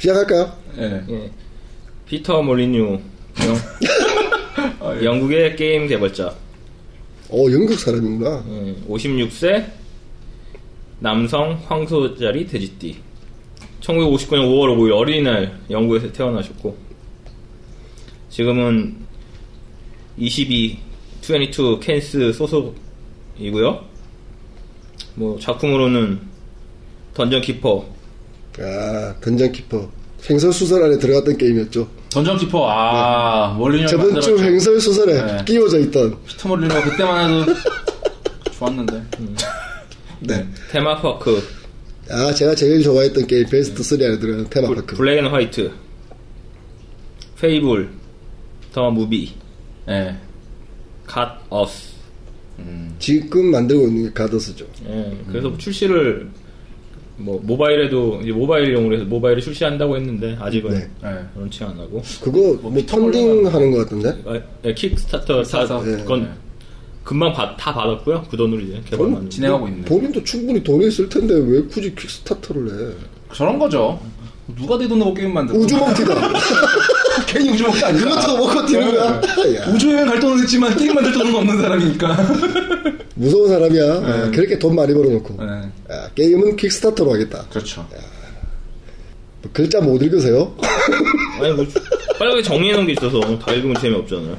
시작할까요? 예. 예. 피터 몰리뉴 아, 예. 영국의 게임 개발자 어, 영국 사람인가? 예, 56세 남성 황소자리 돼지띠 1959년 5월 5일 어린이날 영국에서 태어나셨고 지금은 22, 22 캔스 소속이고요 뭐 작품으로는 던전 키퍼 아, 던전키퍼. 횡설수설 안에 들어갔던 게임이었죠. 던전 키퍼 아 몰리뉴 저번 주 횡설수설에 네. 끼워져 있던. 피터 몰리뉴 그때만 해도 좋았는데. 네. 테마파크 아, 제가 제일 좋아했던 게임, 베스트 3 안에 들어가는 아, 테마파크. 블랙 앤 화이트 페이블 더 무비 예. 갓 어스 지금 만들고 있는 게 가더스죠. 예, 그래서 출시를 뭐 모바일에도 이제 모바일용으로 해서 모바일을 출시한다고 했는데 아직은 네. 예. 런치 안 하고 그거 뭐 뭐, 피터 펀딩 몰리가- 하는 것 같던데? 아, 예, 킥스타터 킥스타터. 예. 건 금방 받- 다 받았고요 그 돈으로 이제 개발만 진- 진행하고 있네. 본인도 충분히 돈이 있을 텐데 왜 굳이 킥스타터를 해? 저런 거죠. 누가 내 돈 내고 게임 만들고 우주몽티다. 괜히 우주먹이 아니야. 그것도 먹고 뛰는 거야. 야, 우주여행 갈 돈은 있지만 게임 만들 돈은 없는 사람이니까. 무서운 사람이야. 아, 그렇게 돈 많이 벌어놓고. 네. 아, 게임은 킥스타터로 하겠다. 그렇죠. 뭐 글자 못 읽으세요? 아니 뭐 빨갛게 정리해놓은 게 있어서 다 읽으면 재미없잖아요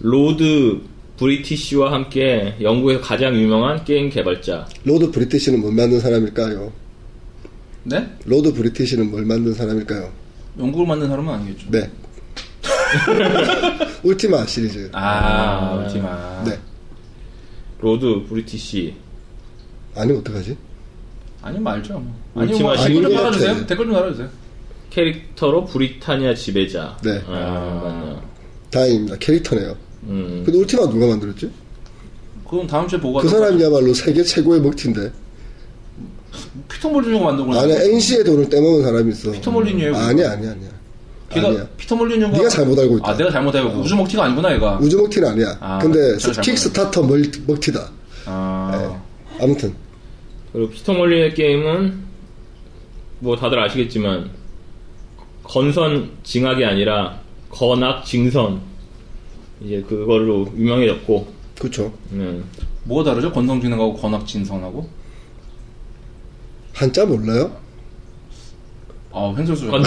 로드 브리티시와 함께 영국에서 가장 유명한 게임 개발자 로드 브리티시는 뭘 만든 사람일까요? 네? 로드 브리티시는 뭘 만든 사람일까요? 영국을 만든 사람은 아니겠죠. 네. 울티마 시리즈. 아, 울티마. 네. 로드 브리티시 아니면 어떡하지? 아니면 알죠. 뭐. 아니면 울티마 뭐, 댓글 좀 시리즈 달아주세요. 같아. 댓글 좀 달아주세요. 캐릭터로 브리타니아 지배자 네. 아, 맞나 다행입니다. 캐릭터네요. 음. 근데 울티마 누가 만들었지? 그건 다음 주에 보고 그 하도록 하죠. 사람이야말로 세계 최고의 먹튀인데. 피터 몰리뉴가 만든 거 안에 NC의 돈을 떼먹은 사람이 있어. 피터 몰리뉴예요, 아니야, 아니야, 아니야. 걔가 아니야. 피터 몰리뉴가 네가 잘못 알고 있다. 어. 아, 내가 잘못 알고 우주 먹튀가 아니구나 얘가. 우주 먹튀는 아니야. 아, 근데 제가 잘못 킥스타터 멀- 먹튀다. 아, 아무튼 그리고 피터 몰리의 게임은 뭐 다들 아시겠지만 건선 징악이 아니라 건악 징선 이제 그걸로 유명해졌고 그렇죠. 음, 뭐가 다르죠? 건성진행하고 권학진성하고. 한자 몰라요? 아, 횡설수. 건-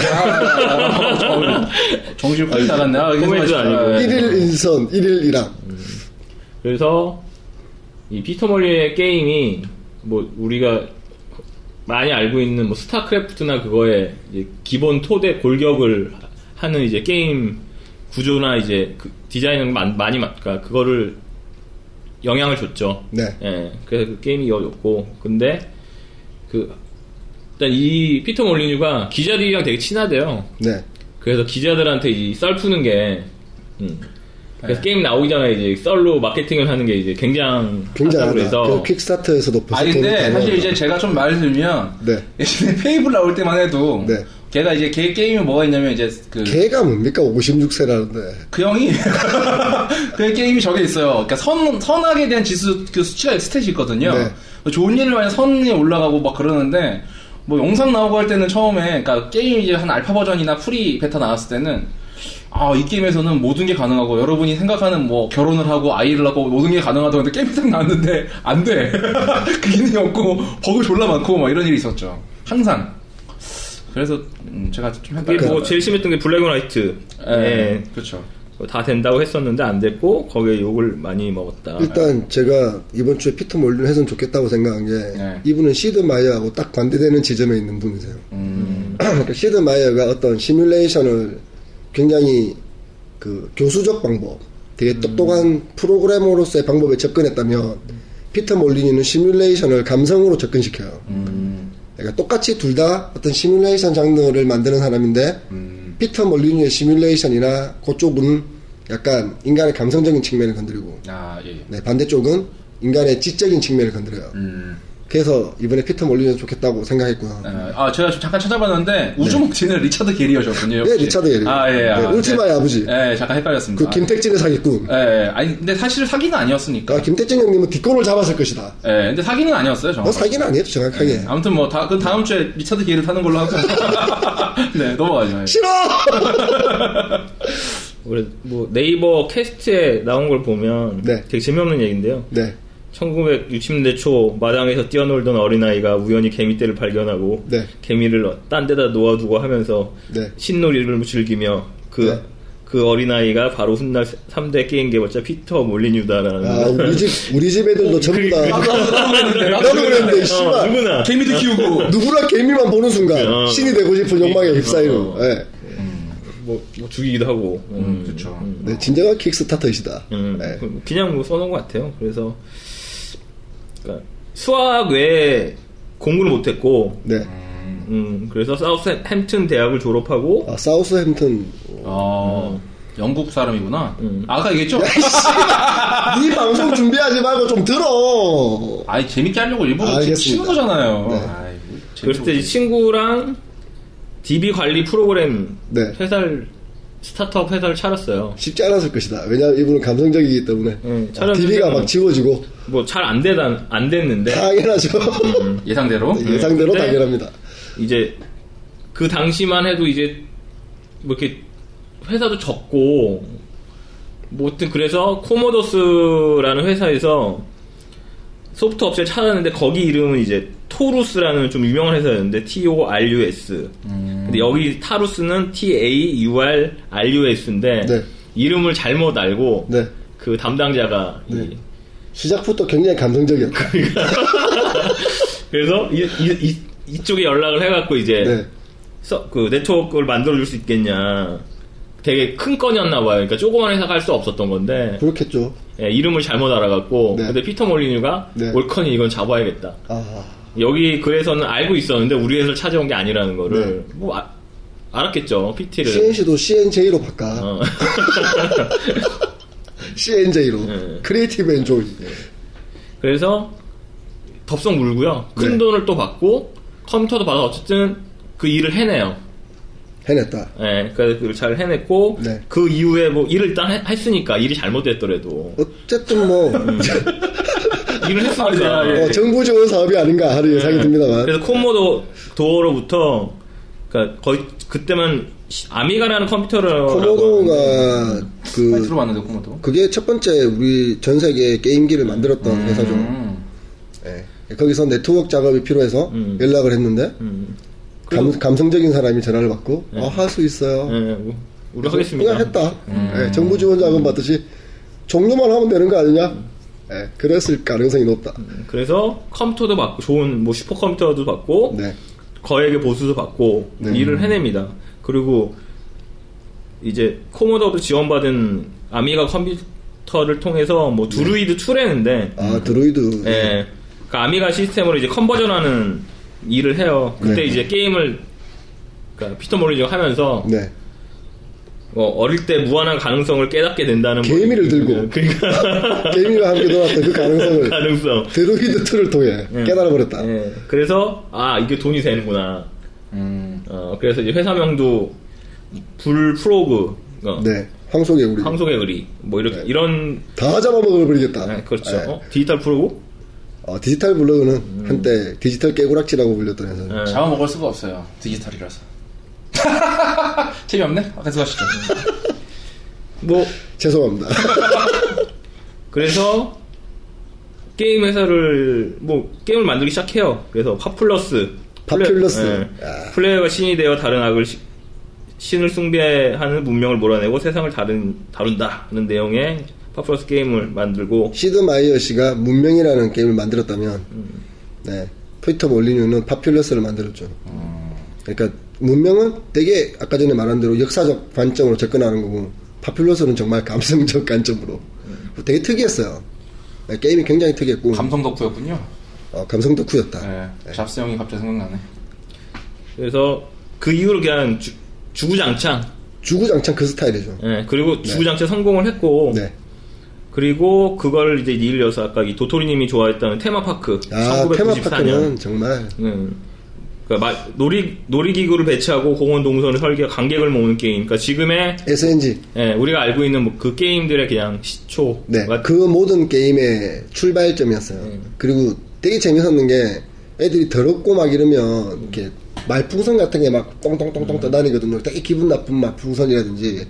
정신 콕 나갔네. 아, 이게 코미디도 정말- 아니고. 아, 예. 일일 인선, 일일 이랑 그래서 이 피터 몰리의 게임이 뭐 우리가 많이 알고 있는 뭐 스타크래프트나 그거에 이제 기본 토대 골격을 하는 이제 게임 구조나 이제 그 디자인을 마- 많이 맞, 그러니까 그거를 영향을 줬죠. 네. 예, 그래서 그 게임이 이어졌고, 근데, 그, 일단 이 피터 몰리뉴가 기자들이랑 되게 친하대요. 네. 그래서 기자들한테 이 썰 푸는 게, 음. 그래서 게임 나오기 전에 이제 썰로 마케팅을 하는 게 이제 굉장히 하다고 굉장하다. 해서 그 킥스타터에서도 아, 벌써 돈이 근데 다 사실 나왔다. 이제 제가 좀 말들면 네. 예전에 페이블 나올 때만 해도 네. 걔가 이제 걔 게임이 뭐가 있냐면 이제 그 그 걔가 뭡니까? 56세라는데. 형이 그 게임이 저게 있어요. 그러니까 선 선악에 대한 지수 그 수치가 스탯이 있거든요. 뭐 네. 좋은 일을 많이 선이 올라가고 막 그러는데 뭐 영상 나오고 할 때는 처음에 그러니까 게임 이제 한 알파 버전이나 프리 베타 나왔을 때는 아 이 게임에서는 모든 게 가능하고 여러분이 생각하는 뭐 결혼을 하고 아이를 낳고 모든 게 가능하다고 했는데 게임이 딱 나왔는데 안돼그 기능이 없고 버그 졸라 많고 막 이런 일이 있었죠 항상 그래서 음, 제가 좀 이게 헷갈려요 그- 뭐 제일 심했던 게 블랙 앤 화이트. 예. 예, 그렇죠 다 된다고 했었는데 안 됐고, 거기에 욕을 많이 먹었다. 일단 제가 이번 주에 피터 몰린 했으면 좋겠다고 생각한 게 네. 이분은 시드 마이어하고 딱 반대되는 지점에 있는 분이세요. 음, 그러니까 시드 마이어가 어떤 시뮬레이션을 굉장히 그 교수적 방법, 음. 되게 똑똑한 프로그래머로서의 방법에 접근했다면 피터 몰리니는 시뮬레이션을 감성으로 접근시켜요. 음, 그러니까 똑같이 둘 다 어떤 시뮬레이션 장르를 만드는 사람인데 음. 피터 몰리니의 시뮬레이션이나 그쪽은 약간 인간의 감성적인 측면을 건드리고 아, 예. 예. 네, 반대쪽은 인간의 지적인 측면을 건드려요. 음, 그래서 이번에 피터 몰리는 좋겠다고 생각했고요. 네. 아, 제가 좀 잠깐 찾아봤는데 우주몽치는 리차드 게리어셨군요. 네, 역시. 리차드 게리어. 아, 예. 아, 네, 울티마의 네. 아버지. 예, 잠깐 헷갈렸습니다. 그 김택진의 사기꾼. 예, 예. 아니, 근데 사실 사기는 아니었으니까. 그러니까 김택진 형님은 뒷골을 잡았을 것이다. 예, 근데 사기는 아니었어요, 뭐 정확히. 사기는 아니에요, 정확하게. 아무튼 뭐, 다, 그 다음 주에 리차드 게리를 타는 걸로 하고. 네, 넘어가죠. 예. 싫어! 원래 뭐 네이버 캐스트에 나온 걸 보면 네. 되게 재미없는 얘기인데요. 네, 1960년대 초 마당에서 뛰어놀던 어린아이가 우연히 개미떼를 발견하고 네. 개미를 딴 데다 놓아두고 하면서 네. 신놀이를 즐기며 그, 네. 그 어린아이가 바로 훗날 3대 게임 개발자 피터 몰리뉴다라는 아, 우리 집, 우리 집 애들도 전부 다. 나도 나도 그랬는데, 어, 씨발. 누구나 개미도 음. 키우고. 누구나 개미만 보는 어. 순간 신이 되고 싶은 욕망에 어. 휩싸이고. 예. 뭐, 뭐 죽이기도 하고 음, 그쵸. 네, 진정한 킥스타터이시다. 음, 네. 그- 그냥 뭐 써놓은 것 같아요. 그래서 그러니까 수학 외에 공부를 못했고 네. 음, 그래서 사우스 햄튼 대학을 졸업하고 아, 사우스햄튼. 어, 영국 사람이구나. 음. 아까 네. 얘기했죠? 이 방송 준비하지 말고 좀 들어! 아이, 재밌게 하려고 일부러 알겠습니다. 치는 거잖아요. 네. 아이, 뭐 그랬을 때 이 재밌게 친구랑 DB 관리 프로그램 네. 회사를 스타트업 회사를 차렸어요. 쉽지 않았을 것이다. 왜냐면 이분은 감성적이기 때문에. 음, 아, DB가 막 지워지고. 뭐 잘 안 되다 안 됐는데 아, 당연하죠. 음, 보지. 예상대로. 네, 예상대로 근데- 당연합니다. 이제 그 당시만 해도 이제 뭐 이렇게 회사도 적고 뭐 하여튼 그래서 코모도스라는 회사에서 소프트 업체를 찾았는데 거기 이름은 이제 토루스라는 좀 유명한 회사였는데 T O R U S. 음. 근데 여기 타루스는 T A U R R U S인데 네. 이름을 잘못 알고 네. 그 담당자가 이- 시작부터 굉장히 감성적이었다. 그래서 이, 이, 이, 이쪽에 연락을 해갖고 이제 네. 서, 그 네트워크를 만들어줄 수 있겠냐. 되게 큰 건이었나 봐요. 그러니까 조그만 회사가 할 수 없었던 건데 그렇겠죠. 예, 이름을 잘못 알아갖고 네. 근데 피터 몰리뉴가 네. 올컨이 이건 잡아야겠다. 아, 여기 그래서는 알고 있었는데 우리 회사를 찾아온 게 아니라는 거를 네. 뭐 아- 알았겠죠. PT를 CNC도 CNJ로 바꿔. 어. CNJ로. 네. 크리에이티브 앤 조이. 그래서 덥석 물고요. 큰 네. 돈을 또 받고 컴퓨터도 받아 어쨌든 그 일을 해내요. 해냈다. 예, 그래서 그걸 잘 해냈고 네. 그 이후에 뭐 일을 일단 해- 했으니까 일이 잘못됐더라도 어쨌든 뭐, 일을 했으니까 아, 예, 예. 어, 정부 지원 사업이 아닌가 하는 네. 예상이 듭니다만. 그래서 코모도 도어로부터 그러니까 거의 그때만 시- 아미가라는 컴퓨터를 코모도가 음. 많이 그 네. 들어봤는데, 코모도. 그게 첫 번째 우리 전 세계 게임기를 만들었던 회사죠. 음. 예. 거기서 네트워크 작업이 필요해서 음. 연락을 했는데 감, 성적인 사람이 전화를 받고 네. 할 수 있어요. 예, 뭐, 우리 그냥 하겠습니다. 했다. 음. 예, 정부 지원 자금 받듯이 종료만 하면 되는 거 음. 아니냐? 예, 그랬을 가능성이 높다. 그래서 컴퓨터도 받고 좋은 뭐 슈퍼컴퓨터도 받고 네. 거액의 보수도 받고 일을 해냅니다. 그리고 이제 코모도부터 지원받은 아미가 컴퓨터를 통해서 뭐 두루이드 2라는데 네. 아 드로이드. 예. 그 아미가 시스템으로 이제 컨버전하는 일을 해요. 그때 네. 이제 게임을 그러니까 피터 몰리지가 하면서 네. 어, 릴때 무한한 가능성을 깨닫게 된다는 뭐 개미를 들고. 그러니까 게임과 함께 놀았던 그 가능성을 가능성. 드로이드 2를 통해 깨달아버렸다. 예. 그래서 아 이게 돈이 되는구나. 음. 어, 그래서 이제 회사명도 불프로그, 어, 네. 황소개 우리 황소의 의리, 뭐 이렇게 이런 다 잡아먹어버리겠다. 아, 그렇죠. 예. 어? 디지털 프로그. 어, 디지털 블로그는 한때 디지털 깨구락지라고 불렸던 회사. 예. 잡아먹을 수가 없어요. 디지털이라서. 재미없네? 아, 계속 하시죠. 뭐 죄송합니다. 그래서 게임 회사를 뭐 게임을 만들기 시작해요. 그래서 파플러스, 예. 파퓰러스. 아. 플레이어가 신이 되어 다른 악을 시- 신을 숭배하는 문명을 몰아내고 세상을 다른 다룬다는 내용의 파플러스 게임을 만들고 시드 마이어 씨가 문명이라는 게임을 만들었다면, 네, 피터 몰리뉴는 파퓰러스를 만들었죠. 그러니까 문명은 되게 아까 전에 말한 대로 역사적 관점으로 접근하는 거고, 파퓰러스는 정말 감성적 관점으로 되게 특이했어요. 네, 게임이 굉장히 특이했고, 어, 감... 감성 덕후였군요. 성 덕후였다. 네. 잡스 형이 갑자기 생각나네. 그래서 그 이후로 그냥 주, 구장창 예, 주구장창 그 스타일이죠. 그리고 주구장창 성공을 했고 네, 그리고 그걸 이제 이을려서 아까 이 도토리님이 좋아했던 테마파크. 아, 1994년. 테마파크는 정말 음. 그러니까 마- 놀이 놀이기구를 배치하고 공원 동선을 설계 관객을 모으는 게임. 그러니까 지금의 SNG. 예, 우리가 알고 있는 뭐 그 게임들의 그냥 시초. 네, 같- 그 모든 게임의 출발점이었어요. 그리고 되게 재밌었는 게 애들이 더럽고 막 이러면 이렇게 말풍선 같은 게 막 똥똥똥똥 떠다니거든요. 되게 기분 나쁜 말풍선이라든지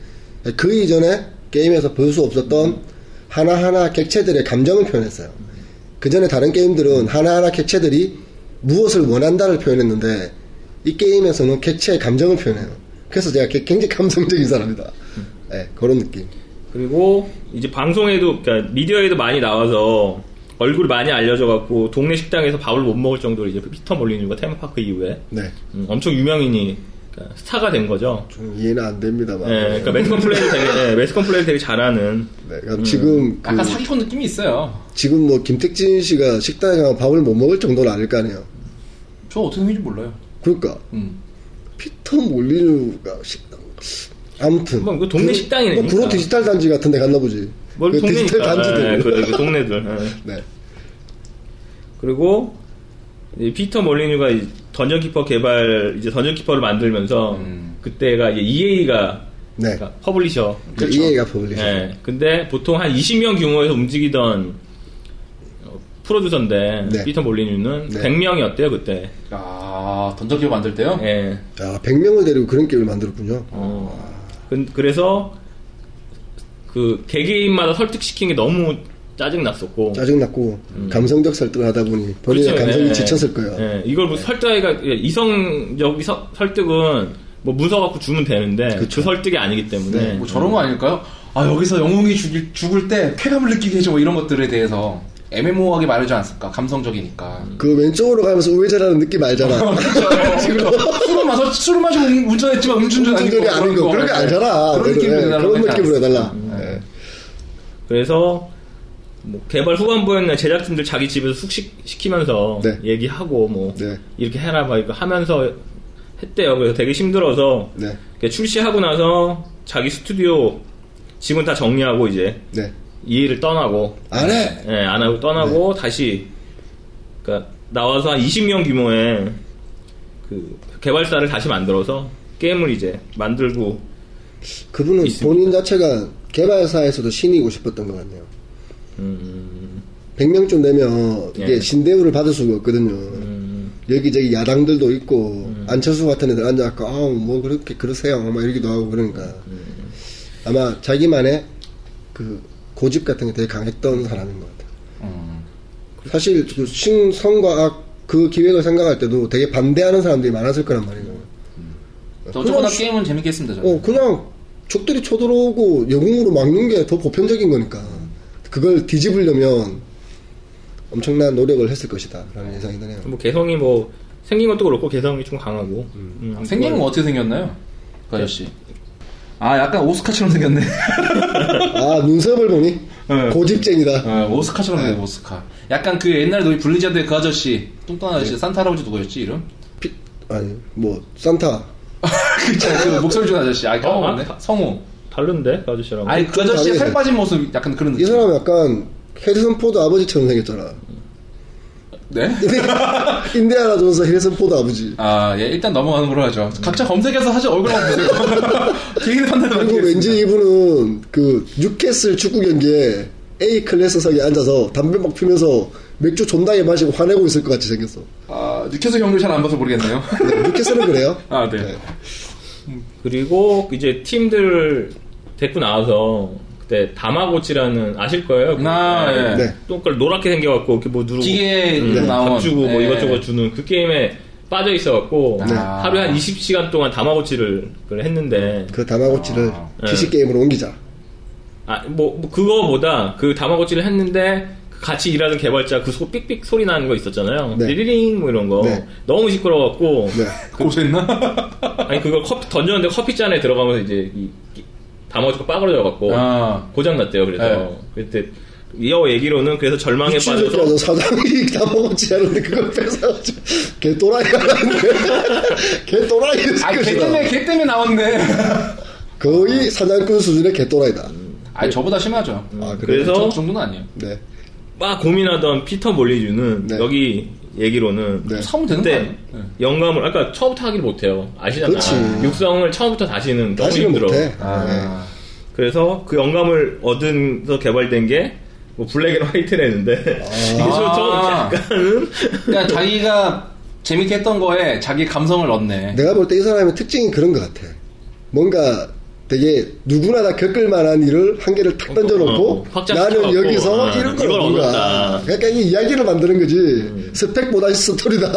그 이전에 게임에서 볼 수 없었던 하나하나 객체들의 감정을 표현했어요. 그 전에 다른 게임들은 하나하나 객체들이 무엇을 원한다를 표현했는데 이 게임에서는 객체의 감정을 표현해요. 그래서 제가 개- 굉장히 감성적인 사람이다. 네, 그런 느낌. 그리고 이제 방송에도 그러니까 미디어에도 많이 나와서 얼굴이 많이 알려져 갖고 동네 식당에서 밥을 못 먹을 정도로 이제 그 피터 몰리뉴가 테마파크 이후에 네. 음, 엄청 유명인이 그러니까 스타가 된 거죠. 저는 음, 이해는 안 됩니다만. 예, 그러니까 매스컴 플레이를 되게 예, 매스컴 플레이를 되게 잘하는 네, 그럼 음. 지금 그- 약간 사기꾼 느낌이 있어요. 지금 뭐 김택진 씨가 식당에 가면 밥을 못 먹을 정도는 아닐 거 아니에요. 저 어떻게 생긴지 몰라요. 그러니까 음. 피터 몰리누가 식당 아무튼 뭐그 동네 그- 식당이네, 뭐 구로 그러니까. 디지털 단지 같은 데 갔나 보지. 뭘 그 디지털 동네니까 단지들. 예, 그, 그 동네들. 예. 네. 그리고 이 피터 몰리뉴가 이 던전키퍼 개발 이제 던전키퍼를 만들면서 음. 그때가 이제 EA가 네. 그러니까 퍼블리셔. 그 EA가 퍼블리셔. 예. 근데 보통 한 20명 규모에서 움직이던 어, 프로듀서인데 네. 피터 몰리뉴는 네. 100명이었대요 그때. 아, 던전기업 만들 때요? 예. 아, 100명을 데리고 그런 게임을 만들었군요. 어. 그, 그래서 그 개개인마다 설득시킨 게 너무 짜증 났었고. 짜증났고 음. 감성적 설득을 하다 보니 본인의 그렇죠. 네, 감성이 지쳤을 거예요. 이걸 뭐 설득이가 예, 이성적 서- 설득은 뭐 문서 갖고 주면 되는데 그 그렇죠. 설득이 아니기 때문에 네. 뭐 저런 거 아닐까요? 아, 여기서 영웅이 죽일, 죽을 때 쾌감을 느끼게 해줘, 뭐 이런 것들에 대해서 애매모호하게 말하지 않았을까? 감성적이니까. 그 왼쪽으로 가면서 우회전하는 느낌 알잖아. 그렇죠. 술을 마셔, 술을 마시고 운- 운전했지만 음주운전 완전히 아니고 아닌 거. 그런 게 알잖아. 그런 네, 느낌으로 네, 해달라고 그런 하지 느낌으로 않았을까? 해달라. 음. 네. 그래서 뭐 개발 후반부에는 제작진들 자기 집에서 숙식시키면서 네. 얘기하고 뭐 네. 이렇게 해라 막 이거 하면서 했대요. 그래서 되게 힘들어서 네. 이렇게 출시하고 나서 자기 스튜디오 집은 다 정리하고 이제 네. 이해를 떠나고 안 해. 예, 안 하고 떠나고 네. 다시 그러니까 나와서 한 20명 규모의 그 개발사를 다시 만들어서 게임을 이제 만들고 그분은 있습니다. 본인 자체가 개발사에서도 신이고 싶었던 것 같네요. 음, 100명쯤 되면 이게 예. 음. 신대우를 받을 수가 없거든요. 여기저기 야당들도 있고 안철수 같은 애들 앉아갖고 아우 뭐 그렇게 그러세요 막 이러기도 하고 그러니까 아마 자기만의 그 고집 같은 게 되게 강했던 사람인 것 같아요. 음. 사실 그 신성과 악 그 기획을 생각할 때도 되게 반대하는 사람들이 많았을 거란 말이에요. 저 어쨌거나 그냥 시- 게임은 재밌게 했습니다, 저는. 어, 그냥 적들이 쳐들어오고 영웅으로 막는 게 더 보편적인 거니까. 그걸 뒤집으려면 엄청난 노력을 했을 것이다. 라는 예상이 드네요. 뭐 개성이 뭐 생긴 것도 그렇고 개성이 좀 강하고 음, 생긴 건 어떻게 생겼나요? 그 아저씨. 아, 약간 오스카처럼 생겼네. 아, 눈썹을 보니 네. 고집쟁이다. 어, 오스카처럼 생겼네, 오스카. 약간 그 옛날 너희 블리자드의 그 아저씨, 뚱뚱한 아저씨, 네. 산타 할아버지 누구였지, 이름? 피- 아니, 뭐, 산타. 그 있잖아, 그 목소리 좋은 아저씨. 아, 어, 까먹었네. 아, 성우. 다른데 그 아저씨랑 아니, 그 아저씨의 다르게 살 생- 빠진 모습, 약간 그런 이 느낌. 사람 약간 해리슨 포드 아버지처럼 생겼잖아. 네? 인디아나 존스 해리슨 포드 아버지. 아, 예, 일단 넘어가는 걸로 하죠. 각자 검색해서 사실 얼굴만 보세요. 개인의 판단을 그리고 왠지 이분은 그 뉴캐슬 축구 경기에 A 클래스석에 앉아서 담배 막 피면서 맥주 존나게 마시고 화내고 있을 것 같이 생겼어. 아, 뉴캐슬 경기를 잘 안 봐서 모르겠네요. 네, 뉴캐슬은 그래요. 아, 예. 네. 그리고 이제 팀들 데리고 나와서 그때 다마고치라는 아실 거예요. 그 아, 예. 네. 똥깔 노랗게 생겨갖고 이렇게 뭐 누르고 기계 음, 나온. 밥 주고 뭐 예. 이것저것 주는 그 게임에 빠져 있어갖고 네. 하루에 한 20시간 동안 다마고치를 그걸 했는데 그 다마고치를 네. PC 게임으로 옮기자. 아뭐 뭐 그거보다 그 다마고치를 했는데 그 같이 일하는 개발자 그 소, 삑삑 소리 나는 거 있었잖아요. 네. 리링 뭐 이런 거 네. 너무 시끄러워갖고 네. 고소했나? 아니 그걸 커피 던졌는데 커피잔에 들어가면서 이제 이, 이- 다마고치가 네. 빠그러져갖고 아. 고장났대요. 그래서 네. 그때 이어 얘기로는 그래서 절망에 미친새끼 빠져서 서 사장이 다마고치 하는데 그걸 뺏어가지고 개 또라이가 하는데 개 아, 또라이 아, 걔 때문에, 걔 때문에 나왔네. 거의 사장꾼 수준의 개 또라이다. 아니 저보다 심하죠. 아, 그래요? 그래서 저 정도는 아니에요. 네. 막 고민하던 피터 몰리주는 네. 여기 얘기로는 네. 사면 되는 거 그때 아니에요? 네. 영감을 아까 처음부터 하기를 못해요 아시잖아요 그치. 육성을 처음부터 다시는 너무 다시는 힘들어 못해. 네. 아, 그래서 그 영감을 얻은서 개발된 게뭐 블랙 앤 화이트라는데 이게 아. 좀 약간은 네. 그러니까 자기가 재밌게 했던 거에 자기 감성을 넣네. 예. 네. 내가 볼 때 이 사람의 특징이 그런 것 같아. 뭔가 되게 누구나 다 겪을 만한 일을 한 개를 탁 어, 던져놓고 확장시켜갖고, 나는 여기서 아, 이런 걸 이걸 얻는다. 얻었다. 음. 그러니까 이 이야기를 만드는 거지. 스펙보다 스토리다.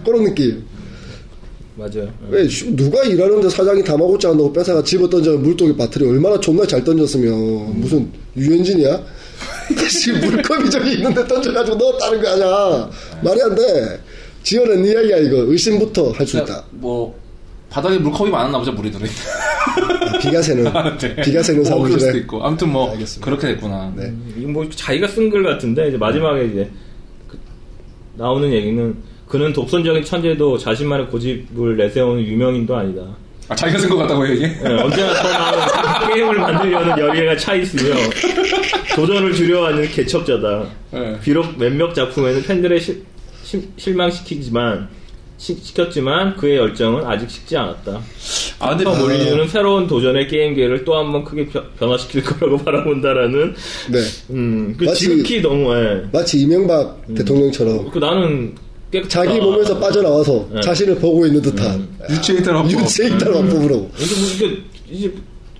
그런 느낌. 맞아요 왜 씨, 누가 일하는데 사장이 다마고치 한다고 뺏어가 집어던져 물고기 빠트려 얼마나 존나 잘 던졌으면 무슨 유엔진이야? 지금 물컵이 저기 있는데 던져가지고 넣었다는 거 아니야 말이 안돼 지어낸 이야기야 이거 의심부터 할 수 있다 그러니까 뭐 바닥에 물컵이 많았나 보죠 물이 들어. 비가 새는 네. 비가 새는 뭐 그럴 수도 사무실에 있고. 아무튼 뭐 알겠습니다. 그렇게 됐구나. 네. 이건 뭐 자기가 쓴 글 같은데 이제 마지막에 이제 그- 나오는 얘기는 그는 독선적인 천재도 자신만의 고집을 내세우는 유명인도 아니다. 아 자기가 쓴 것 같다고요 이게? 네. 예, 언제나 떠나는 게임을 만들려는 열의가 차 있으며 도전을 두려워하는 개척자다. 네. 비록 몇몇 작품에는 팬들의 실- 실- 실망시키지만 시- 시켰지만 그의 열정은 아직 식지 않았다. 아 근데 슈퍼 몰리주는 새로운 도전의 게임계를 또 한 번 크게 변- 변화시킬 거라고 바라본다라는 네 음, 그 마치- 지극히 너무 예. 마치 이명박 음. 대통령처럼 그 나는 깨끗하다. 자기 아. 몸에서 빠져나와서 네. 자신을 보고 있는 듯한 음. 유치해이터로 유체이탈 음. 완법으로 근데 뭐 이게 이제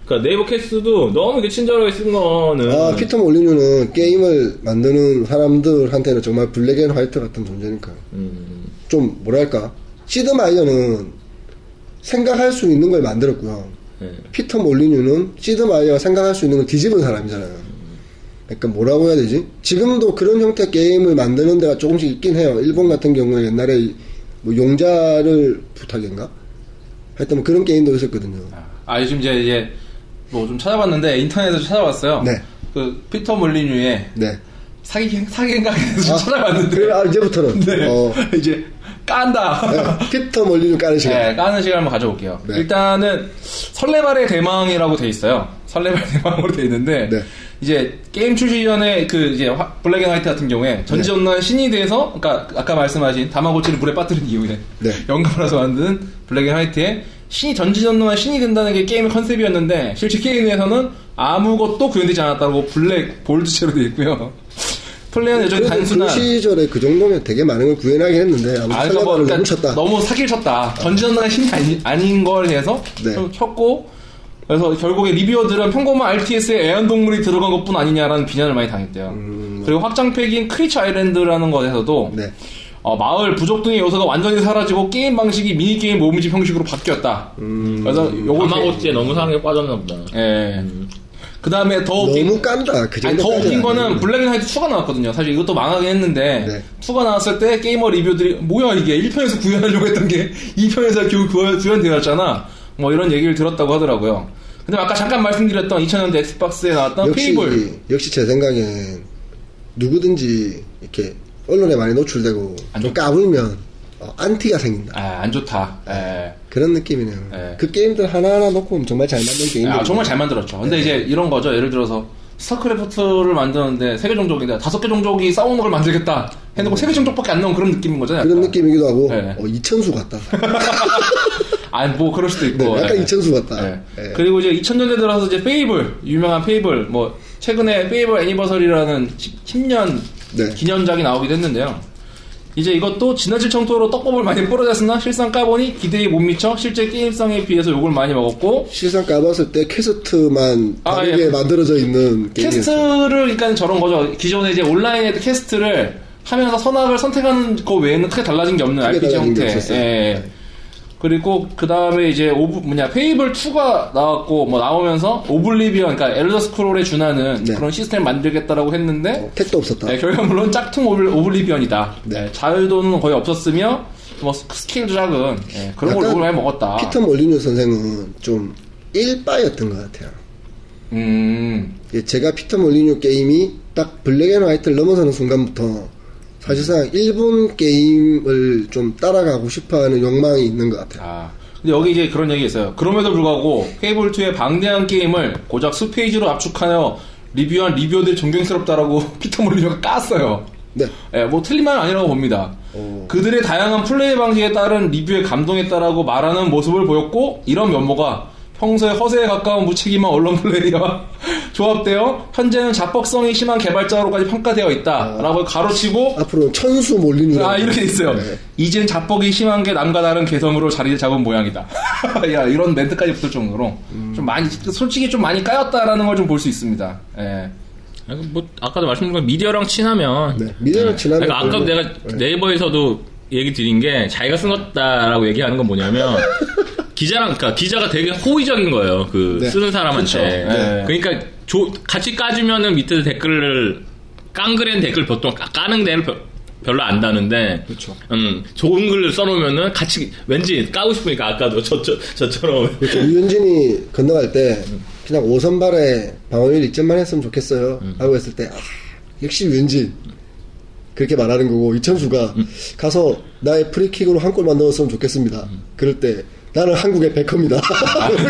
그러니까 네이버 캐스도 너무 이렇게 친절하게 쓴 음. 거는 아, 피터 몰리뉴는 게임을 만드는 사람들한테는 정말 블랙 앤 화이트 같은 존재니까요. 음. 좀, 뭐랄까. 시드 마이어는 생각할 수 있는 걸 만들었고요. 네. 예. 피터 몰리뉴는 시드 마이어가 생각할 수 있는 걸 뒤집은 사람이잖아요. 약간 뭐라고 해야 되지? 지금도 그런 형태의 게임을 만드는 데가 조금씩 있긴 해요. 일본 같은 경우에 옛날에 뭐 용자를 부탁인가? 하여튼 뭐 그런 게임도 있었거든요. 아 요즘 이제 이제 뭐 좀 찾아봤는데 인터넷에서 찾아봤어요. 네. 그 피터 몰리뉴의 네. 사기 사기 행각에서 찾아봤는데 그래, 아, 이제부터는. 네. 어, 이제 깐다. 네, 피터 몰리뉴 까는 시간. 네, 까는 시간 한번 가져볼게요. 네. 일단은 설레발의 대망이라고 돼 있어요. 설레발 대망으로 돼 있는데 네. 이제 게임 출시 전에 그 이제 화- 블랙앤화이트 같은 경우에 전지전난 네. 신이 돼서 그러니까 아까 말씀하신 다마고치를 물에 빠뜨린 이후에 네. 영감을 서 만든 블랙앤화이트의 신이 전지전능한 신이 된다는 게 게임의 컨셉이었는데 실제 게임에서는 아무것도 구현되지 않았다고 블랙 볼드체로 돼 있고요. 플레이어는 여전히 그래도 단순한 그 시절에 그 정도면 되게 많은 걸 구현하긴 했는데 아무 아, 튼 그러니까 뭐, 설레발을 그러니까 너무 쳤다. 너무 사기를 쳤다. 전지전능한 신이 아니, 아닌 걸 해서 네. 좀 쳤고, 그래서 결국에 리뷰어들은 평범한 RTS에 애완동물이 들어간 것 뿐 아니냐라는 비난을 많이 당했대요. 그리고 확장팩인 크리처 아일랜드라는 것에서도 음. 네. 어, 마을, 부족 등의 요소가 완전히 사라지고 게임 방식이 미니게임 모음집 형식으로 바뀌었다. 음. 그래서 요거 아마고찌에 너무 상하게 빠졌나 보다. 되게- 예. 그 다음에 더 웃긴 너무 깐다. 그 아니, 더 정도까지. 웃긴 거는 블랙앤화이트 2가 나왔거든요. 사실 이것도 망하긴 했는데 네. 2가 나왔을 때 게이머 리뷰들이 뭐야 이게 1편에서 구현하려고 했던 게 2편에서 겨우 구현, 구현되었잖아. 뭐 이런 얘기를 들었다고 하더라고요. 근데 아까 잠깐 말씀드렸던 2000년대 엑스박스에 나왔던 역시 페이블 역시 제 생각엔 누구든지 이렇게 언론에 많이 노출되고 안 좀 좋다. 까불면 어, 안티가 생긴다. 아, 안 좋다. 예. 그런 느낌이네요. 네. 그 게임들 하나하나 놓고 보면 정말 잘 만든 게임들. 아, 정말 잘 만들었죠. 네. 근데 이제 이런 거죠. 예를 들어서 스타크래프트를 만드는데 세개 종족인데 다섯 개 종족이 싸우는 걸 만들겠다 해놓고 세개 종족밖에 안 나온 그런 느낌인 거잖아요. 네. 그런 약간. 느낌이기도 하고 네. 어, 이천수 같다. 아, 뭐 그럴 수도 있고. 네, 약간 예. 이천수 같다. 예. 예. 그리고 이제 2000년대 들어서 이제 페이블 유명한 페이블 뭐 최근에 페이블 애니버서리라는 10, 년 네. 기념작이 나오기도 했는데요. 이제 이것도 지나칠 청토로 떡밥을 많이 뿌려졌으나 실상 까보니 기대에 못 미쳐 실제 게임성에 비해서 욕을 많이 먹었고 실상 까봤을 때 캐스트만 아, 다르게 예. 만들어져 있는 게임이었어요. 캐스트를 그러니까 저런 거죠. 기존에 이제 온라인에 캐스트를 하면서 선악을 선택하는 거 외에는 크게 달라진 게 없는 크게 RPG 달라진 게 형태. 없었어요. 네. 예. 그리고 그 다음에 이제 오브 뭐냐 페이블 2가 나왔고 뭐 나오면서 오블리비언 그러니까 엘더 스크롤에 준하는 네. 그런 시스템 만들겠다라고 했는데 택도 없었다. 네, 결과물론 짝퉁 오블, 오블리비언이다. 네. 예, 자유도는 거의 없었으며 뭐 스킬 조작은 예, 그런 약간 걸 욕을 많이 먹었다. 피터 몰리뉴 선생은 좀 일바였던 것 같아요. 음, 예, 제가 피터 몰리뉴 게임이 딱 블랙앤화이트를 넘어서는 순간부터 사실상 일본 게임을 좀 따라가고 싶어하는 욕망이 있는 것 같아요. 아 근데 여기 이제 그런 얘기 있어요. 그럼에도 불구하고 페이블2의 방대한 게임을 고작 수페이지로 압축하여 리뷰한 리뷰어들 존경스럽다라고 피터 몰리가 깠어요. 네. 예, 뭐 틀린 말은 아니라고 봅니다. 어. 그들의 다양한 플레이 방식에 따른 리뷰에 감동했다라고 말하는 모습을 보였고 이런 면모가 평소에 허세에 가까운 무책임한 언론 플레이와 조합되어 현재는 자뻑성이 심한 개발자로까지 평가되어 있다라고 가로치고 앞으로 천수 몰리는 아 이렇게 있어요. 이젠 자뻑이 심한 게 남과 다른 개성으로 자리를 잡은 모양이다. 야 이런 멘트까지 붙을 정도로 좀 많이 솔직히 좀 많이 까였다라는 걸 좀 볼 수 있습니다. 예. 아, 뭐 아까도 말씀드린 것 미디어랑 친하면 네. 미래를 지나면 그러니까 아까도 별로- 내가 네이버에서도 얘기 드린 게 자기가 쓴었다라고 얘기하는 건 뭐냐면 기자랑 그러니까 기자가 되게 호의적인 거예요. 그 네. 쓰는 사람한테. 네. 그러니까 조- 같이 까주면은 밑에 댓글을 깡그랜 댓글 보통 까- 까는 데를 별- 별로 안 다는데 그렇죠. 음, 좋은 글을 써놓으면은 같이 왠지 까고 싶으니까 아까도 저, 저, 저처럼 그렇죠. 유현진이 건너갈 때 그냥 5선발에 방어율 2점만 했으면 좋겠어요 음. 하고 했을 때 아, 역시 윤진 그렇게 말하는 거고 이천수가 음. 가서 나의 프리킥으로 한 골만 넣었으면 좋겠습니다 음. 그럴 때 나는 한국의 베컴이다 예.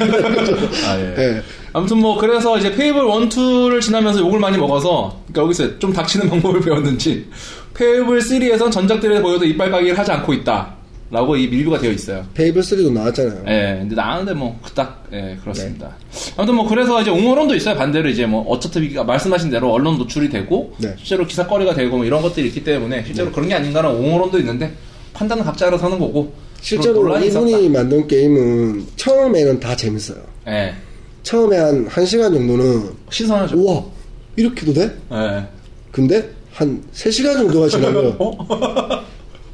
아, 예. 예. 아무튼 뭐 그래서 이제 페이블 1, 2를 지나면서 욕을 많이 먹어서 그러니까 여기서 좀 닥치는 방법을 배웠는지 페이블 3에선 전작들에 보여도 이빨 가기를 하지 않고 있다 라고 이 리뷰가 되어 있어요 페이블 3도 나왔잖아요 예, 근데 나는데 뭐 그닥 예, 그렇습니다 네. 아무튼 뭐 그래서 이제 옹호론도 있어요 반대로 이제 뭐 어차피 이게 말씀하신 대로 언론 노출이 되고 네. 실제로 기사거리가 되고 뭐 이런 것들이 있기 때문에 실제로 그런 게 아닌가라는 옹호론도 있는데 판단은 각자 알아서 하는 거고 그런 실제로 논란이 이분이 있었다. 만든 게임은 처음에는 다 재밌어요 예, 처음에 한 1시간 정도는 신선하죠 우와 이렇게도 돼? 예. 근데 한 3시간 정도가 지나면 어?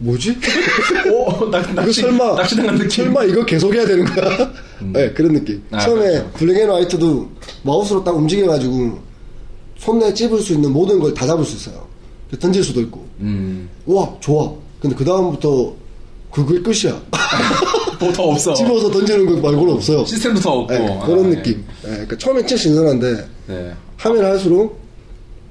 뭐지? 오, 낙, 이거 어, 낚시, 설마 낚시당한 느낌. 설마 이거 계속 해야 되는 거야? 네, 그런 느낌. 아, 처음에 그렇죠. 블랙앤 화이트도 마우스로 딱 움직여가지고 손에 찝을 수 있는 모든 걸 다 잡을 수 있어요. 던질 수도 있고. 음, 우와 좋아. 근데 그 다음부터 그게 끝이야. 뭐더 없어. 집어서 던지는 거 말고는 없어요. 시스템도 더 없고. 네, 아, 그런 예. 느낌. 네, 그러니까 처음엔 진짜 신선한데 네, 하면 할수록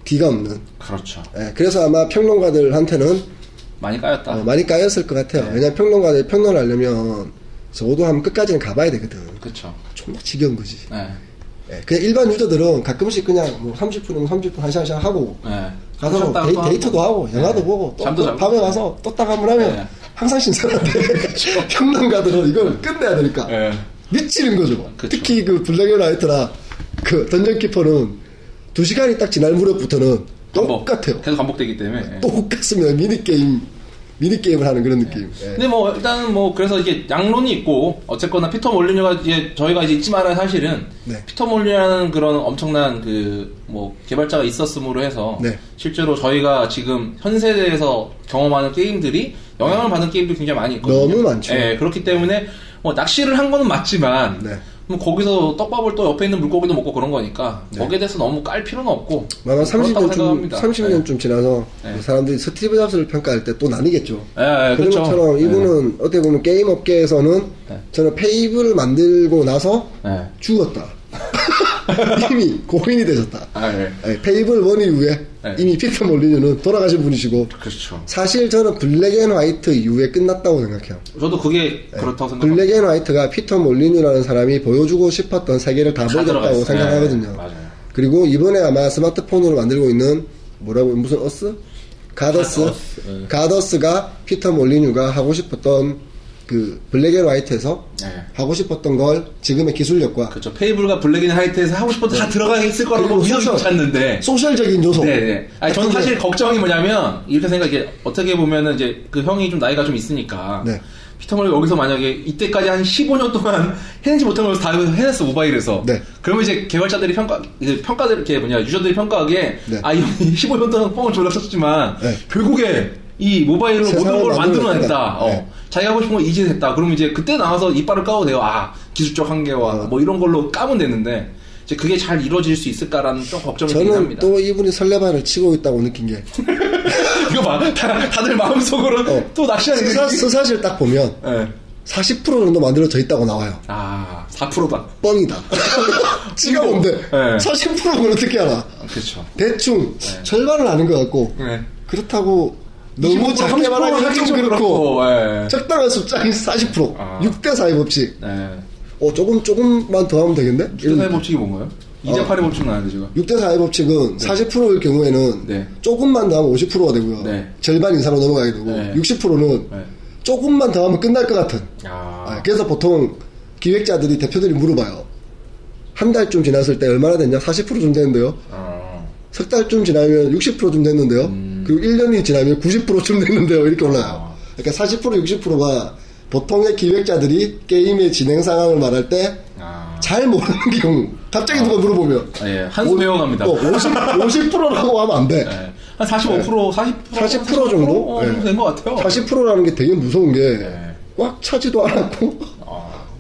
뒤가 없는. 그렇죠. 네, 그래서 아마 평론가들한테는 많이 까였다. 어, 많이 까였을 것 같아요. 네. 왜냐면 평론가들 평론하려면 적어도 하면 끝까지는 가봐야 되거든. 그렇죠. 존나 지겨운 거지. 네, 예, 그냥 일반 유저들은 가끔씩 그냥 뭐 30분이면 30분, 1시간씩 하고, 네. 가서 뭐 쉬었다가 또 데이, 트도 하고, 영화도 보고, 또, 잠도 또 자고. 밤에 와서 또 딱 한번 하면 네. 그렇죠. 항상 신선한데, 평론가들은 이걸 끝내야 되니까 네. 그렇죠. 미치는 거죠. 그쵸. 특히 그 블랙앤화이트나 그 던전키퍼는 2시간이 딱 지날 무렵부터는 반복. 똑같아요. 계속 반복되기 때문에. 예. 똑같습니다. 미니게임, 미니게임을 하는 그런 느낌. 예. 근데 뭐 일단은 뭐 그래서 이게 양론이 있고 어쨌거나 피터 몰리뉴가 이제 저희가 이제 잊지 말아야 할 사실은 네. 피터 몰리라는 그런 엄청난 그 뭐 개발자가 있었음으로 해서 네. 실제로 저희가 지금 현세대에서 경험하는 게임들이 영향을 받은 게임들이 굉장히 많이 있거든요. 너무 많죠. 예, 그렇기 때문에 뭐 낚시를 한 거는 맞지만 네. 뭐 거기서 떡밥을 또 옆에 있는 물고기도 먹고 그런 거니까 거기에 대해서 너무 깔 필요는 없고 아마 그렇다고 네. 30년쯤, 생각합니다. 30년쯤 지나서 네. 그 사람들이 스티브 잡스를 평가할 때 또 나뉘겠죠. 예, 예, 예, 그런 그렇죠. 것처럼 이분은 어떻게 보면 게임 업계에서는 네. 저는 페이블 만들고 나서 예. 예. 죽었다. 이미 고인이 되셨다. 아, 예. 예, 페이블 원 이후에 네. 이미 피터 몰리뉴는 돌아가신 분이시고 그렇죠. 사실 저는 블랙앤화이트 이후에 끝났다고 생각해요. 저도 그게 그렇다고 생각합니다. 네. 블랙앤화이트가 피터 몰리뉴라는 사람이 보여주고 싶었던 세계를 다 다 들어가 보여줬다고 있어요. 생각하거든요. 네, 맞아요. 그리고 이번에 아마 스마트폰으로 만들고 있는 뭐라고 무슨 어스? 가더스. 가더스, 네. 가더스가 피터 몰리뉴가 하고 싶었던 그 블랙앤화이트에서 네. 하고 싶었던 걸 지금의 기술력과 그렇죠. 페이블과 블랙인 하이트에서 하고 싶은 다 들어가 있을 거라고 네. 그리고 계속 소셜. 찾는데. 소셜적인 요소. 네네. 아니, 저는 사실 걱정이 뭐냐면, 이렇게 생각해. 어떻게 보면은 이제 그 형이 좀 나이가 좀 있으니까. 네. 피터몰이 여기서 만약에 이때까지 한 15년 동안 해내지 못한 걸 다 해냈어, 모바일에서. 네. 그러면 이제 개발자들이 평가, 이제 평가들, 이렇게 뭐냐, 유저들이 평가하기에, 네. 아, 이 형이 15년 동안 뻥을 졸라 쳤지만, 네. 결국에 이 모바일로 모든 세상을 걸 만들어냈다. 만들어냈다. 어. 네. 자기가 하고 싶은 거 이제 됐다. 그러면 이제 그때 나와서 이빨을 까도 돼요. 아, 기술적 아. 한계와 뭐 이런 걸로 까면 되는데, 이제 그게 잘 이루어질 수 있을까라는 좀 걱정이 되긴 저는 합니다. 네. 또 이분이 설레발을 치고 있다고 느낀 게 이거 봐. 다, 들 마음속으로 어. 또 낚시하는 스사, 느낌. 스사실 딱 보면 예. 40% 정도 만들어져 있다고 나와요. 아, 4%다. 뻥이다. 지가 뭔데? 네. 40%는 어떻게 알아? 그렇죠. 대충 절반을 아는 것 같고 네. 그렇다고 너무 작게 말하기는 좀 그렇고 예. 적당한 숫자인 40% 아. 6대 4의 법칙 네. 어 조금 조금만 더 하면 되겠네 주사의 법칙이 뭔가요? 이자 어. 팔의 법칙은 아는데 제가. 6대 4의 법칙은 40%일 경우에는 네. 조금만 더 하면 50%가 되고요 네. 절반 이상으로 넘어가게 되고 네. 60%는 네. 조금만 더 하면 끝날 것 같은 아, 아. 그래서 보통 기획자들이 대표들이 물어봐요 한 달쯤 지났을 때 얼마나 됐냐 40%좀 됐는데요 아. 석 달쯤 지나면 60%쯤 됐는데요. 음. 그리고 1년이 지나면 90%쯤 됐는데요. 이렇게 올라요. 그러니까 40% 60%가 보통의 기획자들이 게임의 진행 상황을 말할 때 아. 잘 모르는 경우 갑자기 누가 물어보면 아, 예. 한수 오- 배워갑니다. 어, 50, 50%라고 하면 안 돼. 예. 한 45%, 40%, 40% 네. 정도? 어, 예. 된것 같아요. 40%라는 게 되게 무서운 게 꽉 네. 차지도 않았고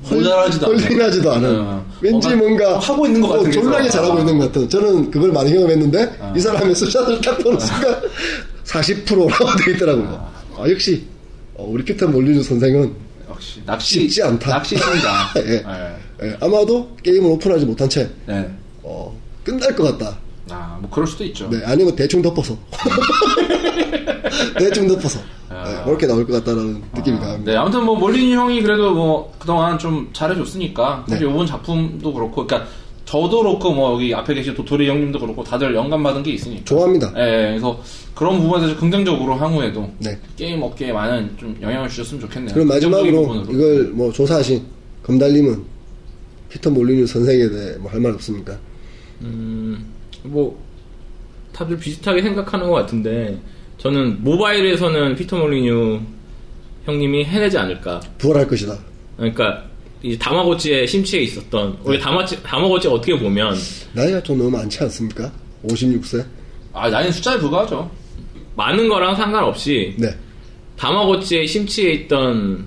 혼란하지도 않네. 홀린하지도 않은 어. 왠지 뭔가 뭔가 하고 있는 것 어, 같은 졸라게 게서. 잘하고 아. 있는 것 같은 저는 그걸 많이 경험했는데 이 사람의 숫자를 딱 보는 순간 40%라고 되어 있더라고요 아, 역시 어, 우리 피터 몰리주 선생은 역시 낚시 쉽지 않다 낚시 신다. 예. 예, 아마도 게임을 오픈하지 못한 채 네. 어, 끝날 것 같다 아, 뭐 그럴 수도 있죠. 네, 아니면 대충 덮어서 대충 덮어서 아. 네, 그렇게 나올 것 같다는 느낌이 강합니다 네, 아무튼 뭐 몰리니 형이 그래도 뭐 그동안 좀 잘해줬으니까 사실 네. 이번 작품도 그렇고, 그러니까 저도 그렇고 뭐 여기 앞에 계신 도토리 형님도 그렇고 다들 영감 받은 게 있으니까. 좋아합니다 예, 그래서 그런 부분에서 긍정적으로 향후에도 네. 게임 업계에 많은 좀 영향을 주셨으면 좋겠네요. 그럼 긍정적인 마지막으로 부분으로. 이걸 뭐 조사하신 검달님은 피터 몰리뉴 선생에 대해 뭐 할 말 없습니까? 뭐 다들 비슷하게 생각하는 것 같은데 저는 모바일에서는 피터 몰리뉴 형님이 해내지 않을까. 부활할 것이다. 그러니까 이 다마고찌의 심취에 있었던 네. 우리 다마치, 다마고찌 어떻게 보면 나이가 좀 너무 많지 않습니까? 56세? 아, 나는 숫자에 불과하죠. 많은 거랑 상관없이 네. 다마고찌의 심취에 있던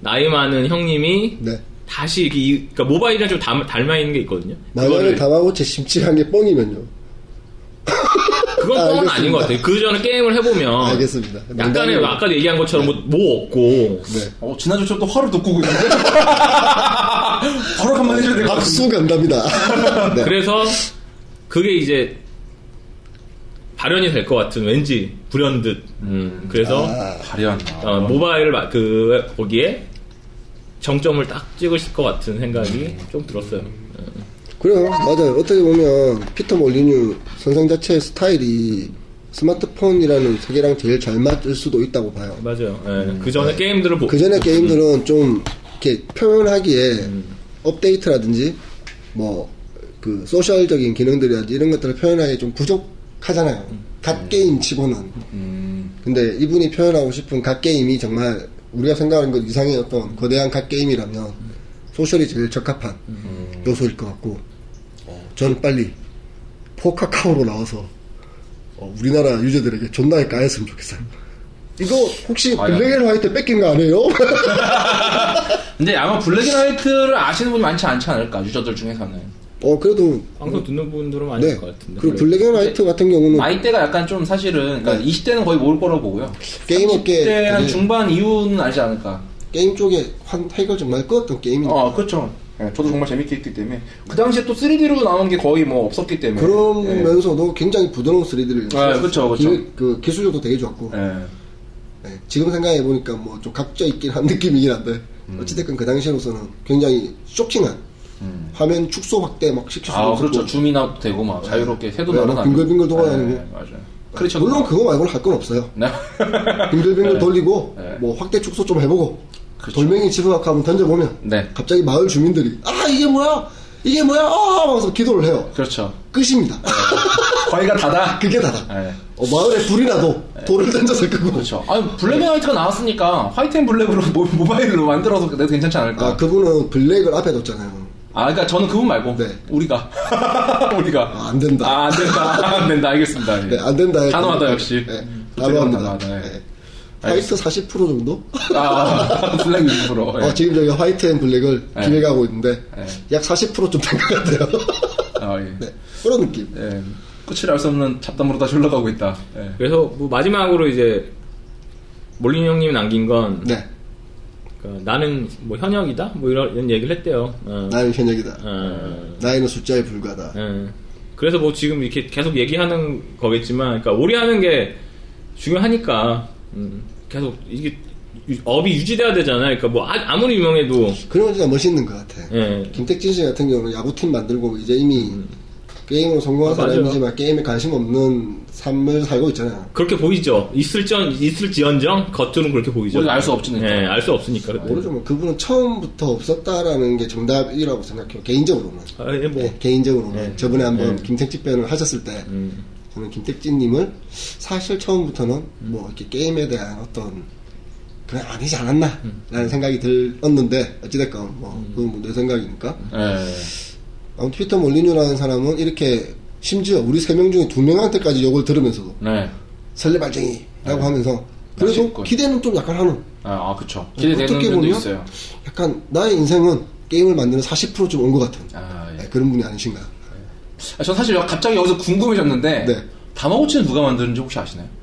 나이 많은 형님이 네. 다시 이렇게 이- 그러니까 모바일이랑 좀 닮, 닮아 있는 게 있거든요. 만약에 다마고치 심취한 게 뻥이면요. 그건 아, 뻥은 알겠습니다. 아닌 것 같아요. 그 전에 게임을 해보면 알겠습니다. 약간의 농담이고. 아까도 얘기한 것처럼 뭐, 뭐 없고 네. 어, 지난주처럼 또 화를 돋구고 있는데? 바로 한번 해줘야 될 것 같은데. 박수 간답니다. 네. 그래서 그게 이제 발현이 될 것 같은 왠지 불현듯 그래서 아, 화려한. 어, 모바일 마- 그 거기에 정점을 딱 찍으실 것 같은 생각이 음. 좀 들었어요. 네, 그래요. 맞아요. 어떻게 보면 피터 몰리뉴 선생 자체의 스타일이 스마트폰이라는 세계랑 제일 잘 맞을 수도 있다고 봐요. 맞아요. 예, 그 전에 게임들을 보, 그 전에 게임들은 좀 이렇게 표현하기에 음. 업데이트라든지 뭐 그 소셜적인 기능들이라든지 이런 것들을 표현하기 좀 부족하잖아요. 음. 갓 게임치고는. 근데 이분이 표현하고 싶은 갓 게임이 정말 우리가 생각하는 것 이상의 어떤 거대한 갓 게임이라면 음. 소셜이 제일 적합한 요소일 것 같고 어, 저는 빨리 포카카오로 나와서 어, 우리나라 유저들에게 존나게 까였으면 좋겠어요. 이거 혹시 음. 과연. 블랙앤 화이트 뺏긴 거 아니에요? 근데 아마 블랙앤화이트를 아시는 분이 많지 않지 않을까, 유저들 중에서는. 어 그래도 방송 듣는 분들은 많이 네 네. 것 같은데. 그리고 블랙앤화이트 같은 경우는 나이대가 약간 좀 사실은, 그러니까 20대는 거의 모를 거라고 보고요. 네. 게임 10대 업계 한 되게 중반 이후는 알지 않을까. 게임 쪽에 한 해결 정말 끊었던 게임인데 어, 그렇죠. 예, 저도 정말 재밌게 했기 때문에. 그 당시에 또 3D로 나온 게 거의 뭐 없었기 때문에. 예. 그러면서도 굉장히 부드러운 3D를 아, 그쵸, 그쵸. 그 기술력도 되게 좋았고 예. 네, 지금 생각해 보니까 뭐 좀 각져 있긴 한 느낌이긴 한데 음. 어찌됐건 그 당시로서는 굉장히 쇼킹한 화면 축소 확대 막 시킬 수도 음. 아, 있고 그렇죠. 줌이나 되고 막 자유롭게 새도 네, 막 날아다니고. 빙글빙글 돌아다니고. 예, 맞아요. 크리처도 물론 나오고. 그거 말고는 할 건 없어요 네. 빙글빙글 돌리고 네. 뭐 확대 축소 좀 해보고 그렇죠. 돌멩이 집어넣고 한번 던져보면 네. 갑자기 마을 주민들이 아 이게 뭐야 이게 뭐야 아 하면서 기도를 해요 그렇죠. 끝입니다 거의가 다다. 그게 다다 네. 어, 마을에 불이 나도 돌을 던져서 끄고 그렇죠. 아니 블랙 앤 화이트가 나왔으니까 화이트 앤 블랙으로 모, 모바일로 만들어서 내도 괜찮지 않을까. 아 아, 그... 그분은 블랙을 앞에 뒀잖아요 러니까 저는 그분 말고 네. 우리가 우리가 아, 안 된다. 아, 안 된다. 안 된다. 알겠습니다. 예. 네, 안 된다 해서- 단호하다 역시. 네, 그때는 단호합니다 단호하다, 예. 네. 화이트 40% 정도? 아, 블랙 유브로. 어, 지금 저기 화이트 앤 블랙을 네. 기획하고 있는데 네. 약 40%좀 된 것 같아요 아, 예. 네, 그런 느낌 예. 끝을 알 수 없는 잡담으로 다시 올라가고 있다. 예. 그래서 뭐 마지막으로 이제 몰린 형님이 남긴 건 네 그러니까 나는 뭐 현역이다 뭐 이런 이런 얘기를 했대요. 어, 나는 현역이다 어, 나이는 숫자에 불과다 예. 그래서 뭐 지금 이렇게 계속 얘기하는 거겠지만, 그러니까 오리하는 게 중요하니까 음, 계속 이게 유- 업이 유지돼야 되잖아요. 그러니까 뭐 아, 무리 유명해도 그런 건 진짜 멋있는 것 같아. 예. 음. 김택진 씨 같은 경우는 야구팀 만들고 이제 이미 게임으로 성공한 아, 맞아요. 사람이지만 게임에 관심 없는 삶을 살고 있잖아요. 그렇게 보이죠. 있을지언 있을지언정 겉으로는 그렇게 보이죠. 우리가 알수 그러니까. 없으니까. 예, 알 수 없으니까. 모르지만 뭐 그분은 처음부터 없었다라는 게 정답이라고 생각해요. 개인적으로는. 아, 예, 뭐 네, 개인적으로는. 네. 저번에 한번 네. 김택진 변을 하셨을 때 음. 저는 김택진님을 사실 처음부터는 뭐 이렇게 게임에 대한 어떤 그냥 아니지 않았나라는 음. 생각이 들었는데 어찌됐건 뭐 그건 뭐내 생각이니까 음. 예. 아무튼 피터 몰리뉴라는 사람은 이렇게 심지어 우리 세 명 중에 두 명한테까지 욕을 들으면서도 네. 설레발쟁이라고 하면서 그래도 맛있군. 기대는 좀 약간 하는 아, 아, 그쵸. 네, 기대되는 어떻게 면도 보면- 있어요. 약간 나의 인생은 게임을 만드는 40%쯤 온 것 같은 아, 예. 네, 그런 분이 아니신가 아, 전 사실 여- 갑자기 여기서 궁금해졌는데 네. 다마고치는 누가 만드는지 혹시 아시나요?